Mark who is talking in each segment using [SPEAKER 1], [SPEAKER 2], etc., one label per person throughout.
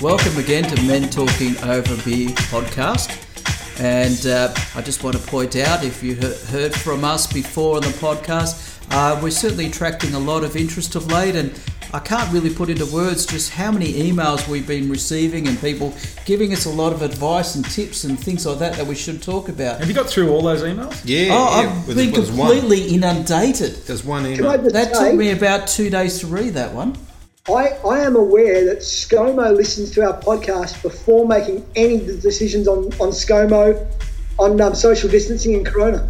[SPEAKER 1] Welcome again to Men Talking Over Beer podcast. And uh, I just want to point out if you he- heard from us before on the podcast, uh, we're certainly attracting a lot of interest of late. And I can't really put into words just how many emails we've been receiving and people giving us a lot of advice and tips and things like that that we should talk about.
[SPEAKER 2] Have you got through all those emails?
[SPEAKER 3] Yeah,
[SPEAKER 1] oh,
[SPEAKER 3] yeah.
[SPEAKER 1] I've
[SPEAKER 3] Well,
[SPEAKER 1] been
[SPEAKER 3] there's one-
[SPEAKER 1] completely inundated.
[SPEAKER 3] There's one
[SPEAKER 4] Can I
[SPEAKER 3] email.
[SPEAKER 4] just
[SPEAKER 1] That
[SPEAKER 4] say,
[SPEAKER 1] took me about two days to read that one.
[SPEAKER 4] I, I am aware that ScoMo listens to our podcast before making any decisions on, on ScoMo, on um, social distancing and Corona.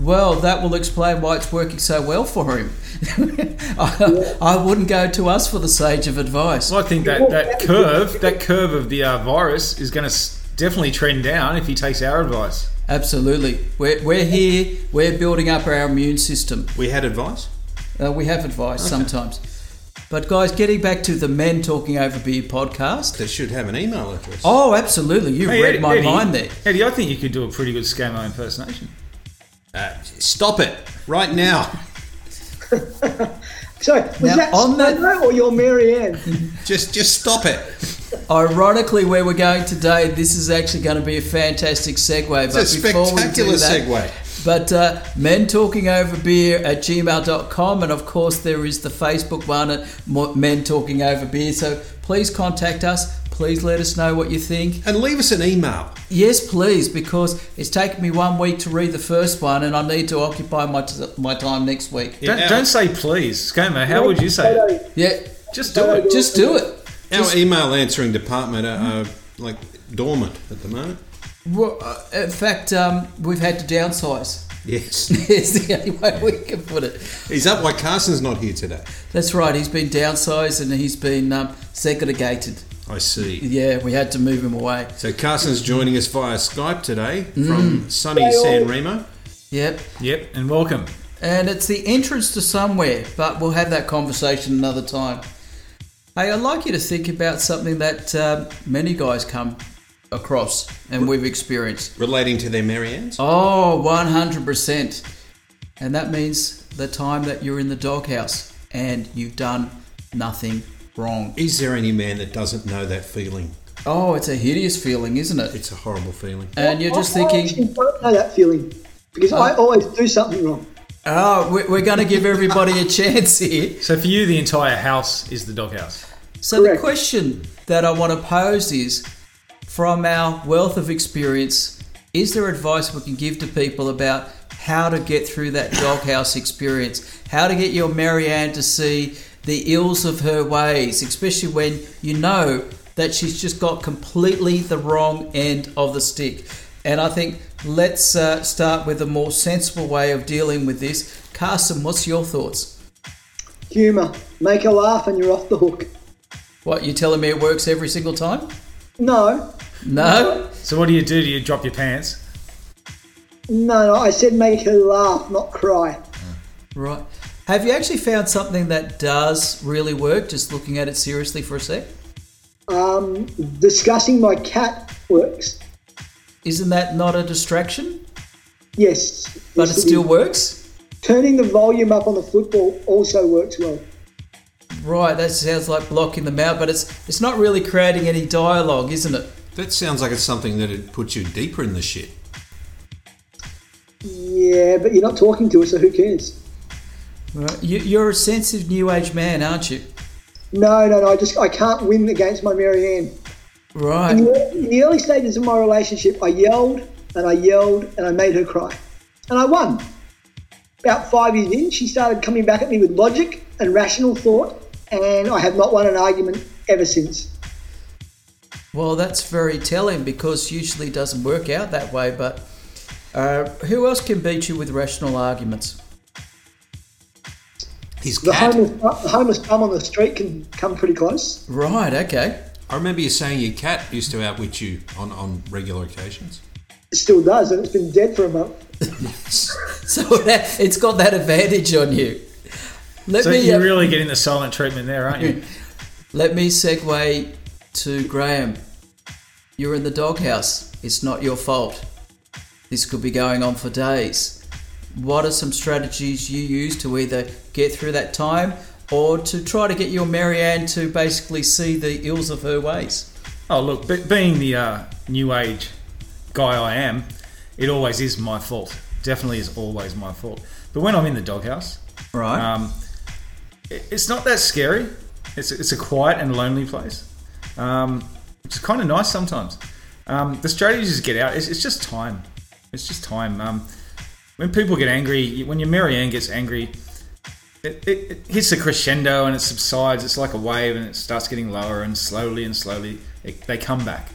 [SPEAKER 1] Well, that will explain why it's working so well for him. I, I wouldn't go to us for the sage of advice.
[SPEAKER 2] I think that, that curve, that curve of the uh, virus is going to definitely trend down if he takes our advice.
[SPEAKER 1] Absolutely. We're, we're here, we're building up our immune system.
[SPEAKER 3] We had advice.
[SPEAKER 1] Uh, we have advice sometimes. But, guys, getting back to the Men Talking Over Beer podcast.
[SPEAKER 3] They should have an email address.
[SPEAKER 1] Oh, absolutely. You
[SPEAKER 2] Hey,
[SPEAKER 1] read
[SPEAKER 2] Eddie-
[SPEAKER 1] my
[SPEAKER 2] Eddie-
[SPEAKER 1] mind there.
[SPEAKER 2] Eddie, I think you could do a pretty good scamo impersonation.
[SPEAKER 3] Uh, stop it right now.
[SPEAKER 4] So, was
[SPEAKER 1] Now,
[SPEAKER 4] that
[SPEAKER 1] on
[SPEAKER 4] on
[SPEAKER 1] that-
[SPEAKER 4] or your Mary Ann?
[SPEAKER 3] Just, just stop it.
[SPEAKER 1] Ironically, where we're going today, this is actually going to be a fantastic segue.
[SPEAKER 3] It's a spectacular segue.
[SPEAKER 1] But uh, men talking over beer at gmail.com, and of course, there is the Facebook one at Mo- men talking over beer. So please contact us. Please let us know what you think.
[SPEAKER 3] And leave us an email.
[SPEAKER 1] Yes, please, because it's taken me one week to read the first one, and I need to occupy my, t- my time next week.
[SPEAKER 3] Yeah,
[SPEAKER 2] Don't,
[SPEAKER 3] our-
[SPEAKER 2] don't say please, scamo. How would you say it?
[SPEAKER 1] Yeah,
[SPEAKER 2] Just do it.
[SPEAKER 1] just do it.
[SPEAKER 3] Our email answering department are, are like dormant at the moment.
[SPEAKER 1] Well, uh, in fact, um, we've had to downsize.
[SPEAKER 3] Yes.
[SPEAKER 1] It's the only way we can put it.
[SPEAKER 3] He's up why Carson's not here today.
[SPEAKER 1] That's right. He's been downsized and he's been um, segregated.
[SPEAKER 3] I see.
[SPEAKER 1] Yeah, we had to move him away.
[SPEAKER 3] So Carson's joining us via Skype today
[SPEAKER 1] Hmm.
[SPEAKER 3] from sunny San Remo.
[SPEAKER 1] Yep.
[SPEAKER 2] Yep, and welcome.
[SPEAKER 1] And it's the entrance to somewhere, but we'll have that conversation another time. Hey, I'd like you to think about something that um, many guys come across and we've experienced.
[SPEAKER 3] Relating to their Marianne's.
[SPEAKER 1] Oh, 100%. And that means the time that you're in the doghouse and you've done nothing wrong.
[SPEAKER 3] Is there any man that doesn't know that feeling?
[SPEAKER 1] Oh, it's a hideous feeling, isn't it?
[SPEAKER 3] It's a horrible feeling.
[SPEAKER 1] And you're just
[SPEAKER 4] I- I
[SPEAKER 1] thinking,
[SPEAKER 4] actually don't know that feeling because I always do something wrong.
[SPEAKER 1] Oh, we- we're going to give everybody a chance here.
[SPEAKER 2] So for you, the entire house is the doghouse.
[SPEAKER 1] So, the
[SPEAKER 4] Correct.
[SPEAKER 1] question that I want to pose is from our wealth of experience, is there advice we can give to people about how to get through that doghouse experience? How to get your Marianne to see the ills of her ways, especially when you know that she's just got completely the wrong end of the stick. And I think let's uh, start with a more sensible way of dealing with this. Carson, what's your thoughts?
[SPEAKER 4] Humour. Make her laugh and you're off the hook.
[SPEAKER 1] What, you telling me it works every single time?
[SPEAKER 4] No,
[SPEAKER 1] No?
[SPEAKER 2] So what do you do? Do you drop your pants?
[SPEAKER 4] no, no. I said make her laugh, not cry.
[SPEAKER 1] Right. Have you actually found something that does really work, just looking at it seriously for a sec?
[SPEAKER 4] Um, discussing my cat works.
[SPEAKER 1] Isn't that not a distraction?
[SPEAKER 4] Yes.
[SPEAKER 1] But it
[SPEAKER 4] Yes,
[SPEAKER 1] still
[SPEAKER 4] is.
[SPEAKER 1] works?
[SPEAKER 4] Turning the volume up on the football also works well.
[SPEAKER 1] Right, that sounds like blocking them out, but it's it's not really creating any dialogue, isn't it?
[SPEAKER 3] That sounds like it's something that would put you deeper in the shit.
[SPEAKER 4] Yeah, but you're not talking to her, so who cares?
[SPEAKER 1] Right. You, you're a sensitive new age man, aren't you?
[SPEAKER 4] No, no, no. I just I can't win against my Mary Ann. In
[SPEAKER 1] Right.
[SPEAKER 4] the, in the early stages of my relationship, I yelled and I yelled and I made her cry, and I won. About five years in, she started coming back at me with logic and rational thought, and I have not won an argument ever since.
[SPEAKER 1] Well, that's very telling because usually it doesn't work out that way, but uh, who else can beat you with rational arguments?
[SPEAKER 3] His
[SPEAKER 4] The
[SPEAKER 3] cat.
[SPEAKER 4] homeless, the homeless bum on the street can come pretty close.
[SPEAKER 1] Right, okay.
[SPEAKER 3] I remember you saying your cat used to outwit you on, on regular occasions.
[SPEAKER 4] It still does, and it's been dead for a month.
[SPEAKER 1] So that, it's got that advantage on you. Let
[SPEAKER 2] So
[SPEAKER 1] me
[SPEAKER 2] you're
[SPEAKER 1] uh,
[SPEAKER 2] really getting the silent treatment there, aren't you?
[SPEAKER 1] let me segue to Graham. You're in the doghouse. It's not your fault. This could be going on for days. What are some strategies you use to either get through that time or to try to get your Marianne to basically see the ills of her ways.
[SPEAKER 2] Oh, look, be- being the uh, new age guy I am, it always is my fault. Definitely is always my fault. But when I'm in the doghouse,
[SPEAKER 1] Right.
[SPEAKER 2] um, it- it's not that scary. It's, it's a quiet and lonely place. Um, it's kind of nice sometimes. Um, the strategies to get out, it's, it's just time. It's just time. Um, when people get angry, when your Mary Ann gets angry, it, it, it hits a crescendo and it subsides. It's like a wave and it starts getting lower and slowly and slowly it, they come back.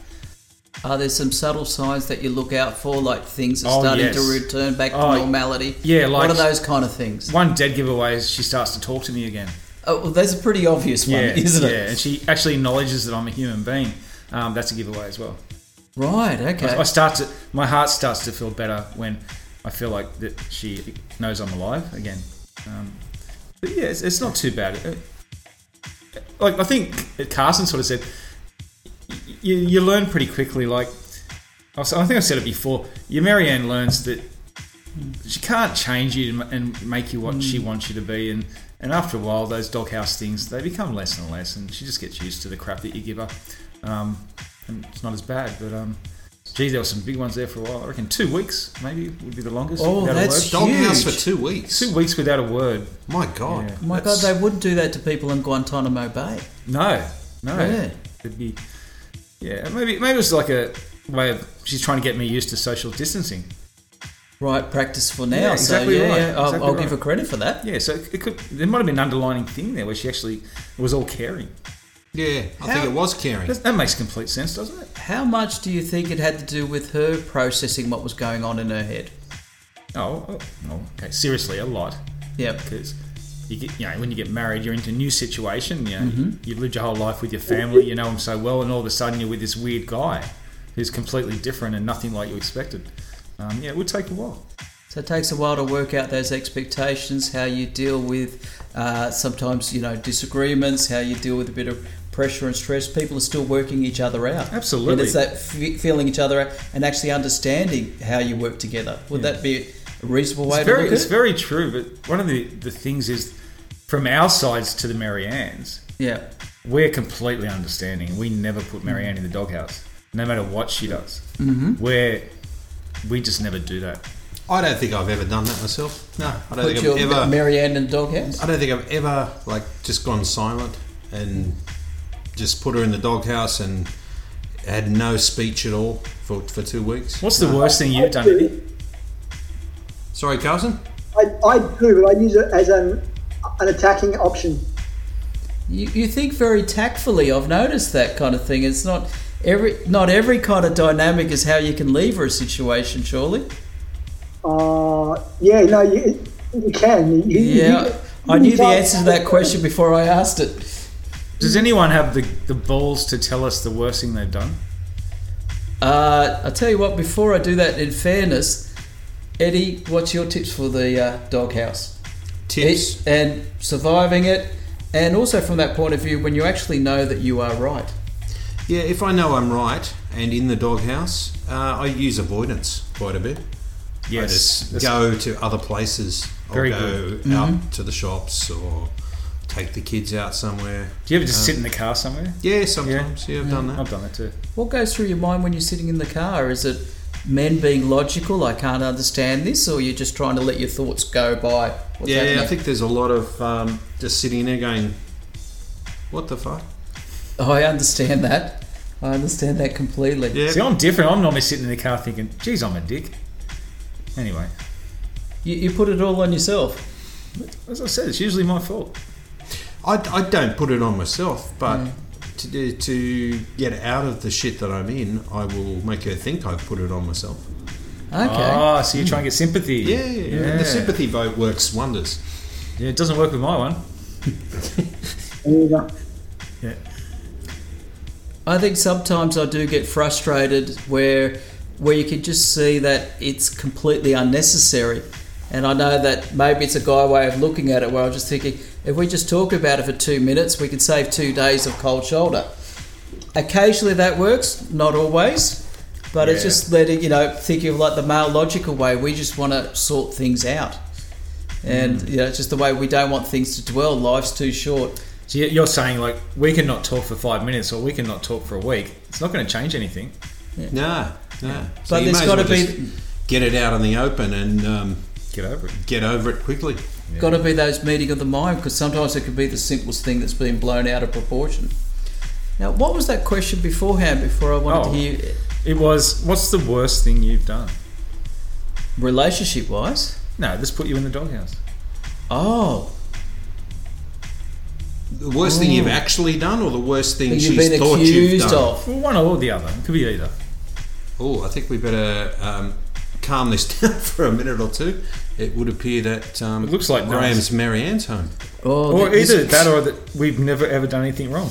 [SPEAKER 1] Are there some subtle signs that you look out for, like things are
[SPEAKER 2] Oh,
[SPEAKER 1] starting
[SPEAKER 2] yes.
[SPEAKER 1] to return back
[SPEAKER 2] Oh,
[SPEAKER 1] to normality?
[SPEAKER 2] yeah,
[SPEAKER 1] what
[SPEAKER 2] like-
[SPEAKER 1] are those kind of things?
[SPEAKER 2] One dead giveaway is she starts to talk to me again.
[SPEAKER 1] Oh, well, that's a pretty obvious one, isn't
[SPEAKER 2] Yeah, and
[SPEAKER 1] it?
[SPEAKER 2] she actually acknowledges that I'm a human being. Um, that's a giveaway as well.
[SPEAKER 1] Right. Okay.
[SPEAKER 2] I start to, my heart starts to feel better when I feel like that she knows I'm alive again. Um, but yeah, it's, it's not too bad. It- like I think Carson sort of said, y- you, you learn pretty quickly. Like I was- Oh, I think I said it before. Your Marianne learns that she can't change you and ma- and make you what
[SPEAKER 1] Hmm.
[SPEAKER 2] she wants you to be, and and after a while, those doghouse things they become less and less, and she just gets used to the crap that you give her. Um, and it's not as bad, but um, gee, there were some big ones there for a while. I reckon two weeks maybe would be the longest.
[SPEAKER 1] Oh,
[SPEAKER 2] without a
[SPEAKER 1] that's
[SPEAKER 2] word.
[SPEAKER 3] Doghouse for
[SPEAKER 1] Huge.
[SPEAKER 3] two weeks.
[SPEAKER 2] two weeks without a word.
[SPEAKER 3] My God.
[SPEAKER 2] Yeah.
[SPEAKER 1] Oh My God,
[SPEAKER 2] That's-
[SPEAKER 1] they wouldn't do that to people in Guantanamo Bay.
[SPEAKER 2] No, no.
[SPEAKER 1] Yeah.
[SPEAKER 2] It'd be, yeah, maybe maybe it's like a way of she's trying to get me used to social distancing.
[SPEAKER 1] Right, practice for now.
[SPEAKER 2] Yeah, exactly
[SPEAKER 1] so yeah,
[SPEAKER 2] right,
[SPEAKER 1] yeah I'll,
[SPEAKER 2] exactly
[SPEAKER 1] I'll give
[SPEAKER 2] right.
[SPEAKER 1] her credit for that.
[SPEAKER 2] Yeah, so it could there might have been an underlining thing there where she actually was all caring.
[SPEAKER 3] Yeah, I think
[SPEAKER 2] How-
[SPEAKER 3] it was caring.
[SPEAKER 2] That, that makes complete sense, doesn't it?
[SPEAKER 1] How much do you think it had to do with her processing what was going on in her head?
[SPEAKER 2] Oh, oh, oh okay. Seriously, a lot
[SPEAKER 1] Yep.
[SPEAKER 2] because. You get, you know, when you get married, you're into a new situation. You know,
[SPEAKER 1] Mm-hmm.
[SPEAKER 2] you've lived your whole life with your family. You know them so well, and all of a sudden you're with this weird guy who's completely different and nothing like you expected. Um, yeah, it would take a while.
[SPEAKER 1] So it takes a while to work out those expectations, how you deal with uh, sometimes you know disagreements, how you deal with a bit of pressure and stress. People are still working each other out.
[SPEAKER 2] Absolutely.
[SPEAKER 1] and it's that f- feeling each other out and actually understanding how you work together. Would that be a reasonable way
[SPEAKER 2] It's
[SPEAKER 1] to
[SPEAKER 2] very,
[SPEAKER 1] look at
[SPEAKER 2] it's
[SPEAKER 1] it?
[SPEAKER 2] very true. But one of the, the things is, from our sides to the Marianne's,
[SPEAKER 1] yeah,
[SPEAKER 2] we're completely understanding. We never put Marianne in the doghouse, no matter what she does. Mm-hmm. Where we just never do that.
[SPEAKER 3] I don't think I've ever done that myself. No, I
[SPEAKER 1] put
[SPEAKER 3] don't think
[SPEAKER 1] your
[SPEAKER 3] I've ever.
[SPEAKER 1] Marianne and doghouse.
[SPEAKER 3] I don't think I've ever like just gone silent and just put her in the doghouse and had no speech at all for, for two weeks.
[SPEAKER 2] What's the worst thing you've done? Eddie?
[SPEAKER 3] Sorry, Carson.
[SPEAKER 4] I, I do, but I use it as an an attacking option.
[SPEAKER 1] You, you think very tactfully. I've noticed that kind of thing. It's not every not every kind of dynamic is how you can lever a situation. Surely.
[SPEAKER 4] Uh, yeah, no, you, you can. You, you-
[SPEAKER 1] Yeah,
[SPEAKER 4] you-
[SPEAKER 1] I knew
[SPEAKER 4] you
[SPEAKER 1] the
[SPEAKER 4] can't-
[SPEAKER 1] answer to that question before I asked it.
[SPEAKER 2] Does anyone have the, the balls to tell us the worst thing they've done?
[SPEAKER 1] Uh, I tell you what, before I do that, in fairness, Eddie, what's your tips for the uh, doghouse?
[SPEAKER 3] Tips.
[SPEAKER 1] It- and surviving it, and also from that point of view, when you actually know that you are right.
[SPEAKER 3] Yeah, if I know I'm right and in the doghouse, uh, I use avoidance quite a bit. I just
[SPEAKER 2] That's-
[SPEAKER 3] go to other places. I'll
[SPEAKER 2] Very
[SPEAKER 3] go
[SPEAKER 2] good. Mm-hmm.
[SPEAKER 3] out to the shops or take the kids out somewhere.
[SPEAKER 2] Do you ever just
[SPEAKER 3] uh,
[SPEAKER 2] sit in the car somewhere?
[SPEAKER 3] Yeah, sometimes. Yeah, I've done that.
[SPEAKER 2] I've done that too.
[SPEAKER 1] What goes through your mind when you're sitting in the car? Is it men being logical, I can't understand this, or you're just trying to let your thoughts go by? What's
[SPEAKER 3] yeah,
[SPEAKER 1] happening?
[SPEAKER 3] I think there's a lot of um, just sitting there going, "What the fuck?"
[SPEAKER 1] Oh, I understand that. I understand that completely.
[SPEAKER 3] Yeah,
[SPEAKER 2] See, I'm different. I'm normally sitting in the car thinking, "Geez, I'm a dick." Anyway,
[SPEAKER 1] You, you put it all on yourself.
[SPEAKER 2] as I said, it's usually my fault.
[SPEAKER 3] I, I don't put it on myself, but
[SPEAKER 2] Mm.
[SPEAKER 3] to do, to get out of the shit that I'm in, I will make her think I've put it on myself.
[SPEAKER 1] Okay.
[SPEAKER 3] Oh,
[SPEAKER 2] Ah, so you try and get sympathy.
[SPEAKER 3] Yeah, yeah.
[SPEAKER 2] yeah.
[SPEAKER 3] the sympathy vote works wonders.
[SPEAKER 2] Yeah, it doesn't work with my one.
[SPEAKER 4] Yeah.
[SPEAKER 2] Yeah.
[SPEAKER 1] I think sometimes I do get frustrated where where you can just see that it's completely unnecessary. And I know that maybe it's a guy way of looking at it where I'm just thinking, if we just talk about it for two minutes, we can save two days of cold shoulder. Occasionally that works, not always. But it's
[SPEAKER 2] Yeah.
[SPEAKER 1] just letting, you know, thinking of like the male logical way, we just want to sort things out. and you know, it's just the way we don't want things to dwell. Life's too short.
[SPEAKER 2] So you- you're saying like we can not talk for five minutes or we can not talk for a week. It's not going to change anything.
[SPEAKER 3] No, no.
[SPEAKER 1] But
[SPEAKER 3] you
[SPEAKER 1] there's
[SPEAKER 3] may as
[SPEAKER 1] gotta
[SPEAKER 3] well
[SPEAKER 1] be-
[SPEAKER 3] just get it out in the open and um,
[SPEAKER 2] Get over it.
[SPEAKER 3] get over it quickly.
[SPEAKER 1] Got to be those meeting of the mind because sometimes it could be the simplest thing that's been blown out of proportion. Now, what was that question beforehand? Before I wanted
[SPEAKER 2] Oh.
[SPEAKER 1] to hear
[SPEAKER 2] It was. What's the worst thing you've done?
[SPEAKER 1] relationship wise.
[SPEAKER 2] No, this put you in the doghouse.
[SPEAKER 1] Oh,
[SPEAKER 3] The worst thing you've actually done, or the worst thing
[SPEAKER 1] that you've
[SPEAKER 3] she's
[SPEAKER 1] been
[SPEAKER 3] thought you've
[SPEAKER 1] accused
[SPEAKER 3] done.
[SPEAKER 1] of.
[SPEAKER 2] Well, one or the other. It could be either.
[SPEAKER 3] Oh, I think we better um, calm this down for a minute or two. It would appear that um,
[SPEAKER 2] It looks like
[SPEAKER 3] Graham's Mary Ann's home.
[SPEAKER 1] Oh,
[SPEAKER 2] Or
[SPEAKER 1] th-
[SPEAKER 2] either
[SPEAKER 1] this-
[SPEAKER 2] that or that we've never ever done anything wrong.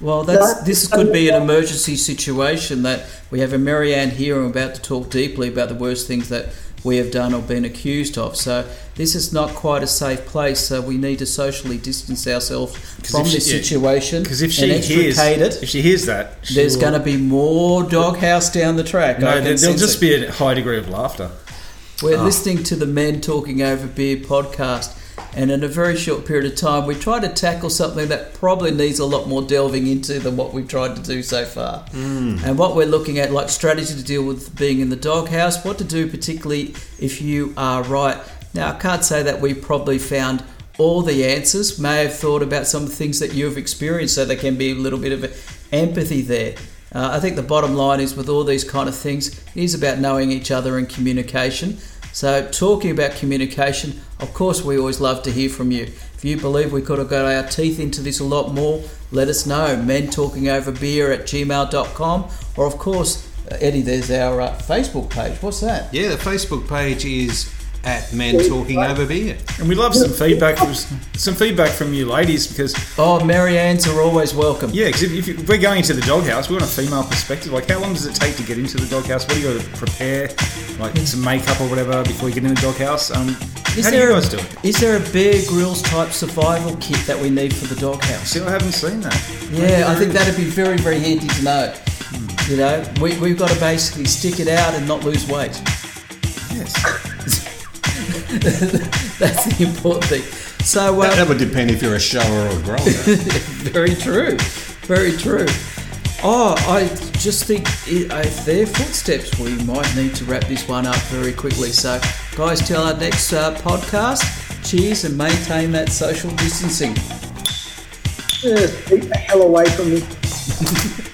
[SPEAKER 1] Well, that's, this could be an emergency situation that we have a Marianne here and we're about to talk deeply about the worst things that we have done or been accused of. So this is not quite a safe place. So we need to socially distance ourselves
[SPEAKER 2] 'Cause
[SPEAKER 1] from
[SPEAKER 2] if she-
[SPEAKER 1] this
[SPEAKER 2] yeah,
[SPEAKER 1] situation
[SPEAKER 2] Because if she
[SPEAKER 1] and
[SPEAKER 2] hears,
[SPEAKER 1] extricate it.
[SPEAKER 2] if she hears that, she
[SPEAKER 1] There's
[SPEAKER 2] will-
[SPEAKER 1] going to be more doghouse down the track. I
[SPEAKER 2] no.
[SPEAKER 1] can
[SPEAKER 2] There, will
[SPEAKER 1] sense
[SPEAKER 2] just
[SPEAKER 1] it.
[SPEAKER 2] be Oh. a high degree of laughter.
[SPEAKER 1] We're listening to the Men Talking Over Beer podcast, and in a very short period of time, we try to tackle something that probably needs a lot more delving into than what we've tried to do so far.
[SPEAKER 2] Hmm.
[SPEAKER 1] And what we're looking at, like strategy to deal with being in the doghouse, what to do, particularly if you are right. Now, I can't say that we probably found all the answers, may have thought about some things that you've experienced, so there can be a little bit of empathy there. Uh, I think the bottom line is with all these kind of things, it is about knowing each other and communication. So, talking about communication, of course, we always love to hear from you. If you believe we could have got our teeth into this a lot more, let us know. Men talking over beer at gmail.com, or of course, uh, Eddie, there's our uh, Facebook page. What's that?
[SPEAKER 3] Yeah, the Facebook page is at Men Talking Over Beer.
[SPEAKER 2] And we love some feedback from some feedback from you ladies because
[SPEAKER 1] Oh, Mary Ann's are always welcome.
[SPEAKER 2] yeah, because if, if, you- if we're going into the doghouse, we want a female perspective. Like, how long does it take to get into the doghouse? What do you got to prepare, like some makeup or whatever, before you get in the doghouse? Um, how do you guys do it?
[SPEAKER 1] is there a Bear Grylls type survival kit that we need for the doghouse?
[SPEAKER 2] See, I haven't seen that.
[SPEAKER 1] Yeah, I think that'd be very, very handy to know. You know, we, we've got to basically stick it out and not lose weight.
[SPEAKER 2] Yes.
[SPEAKER 1] That's the important thing. So, uh,
[SPEAKER 3] That would depend if you're a shower or a grower.
[SPEAKER 1] very true. Very true. Oh, I just think i- if their footsteps, we might need to wrap this one up very quickly. So, guys, till our next uh, podcast, cheers and maintain that social distancing.
[SPEAKER 4] Just keep the hell away from me.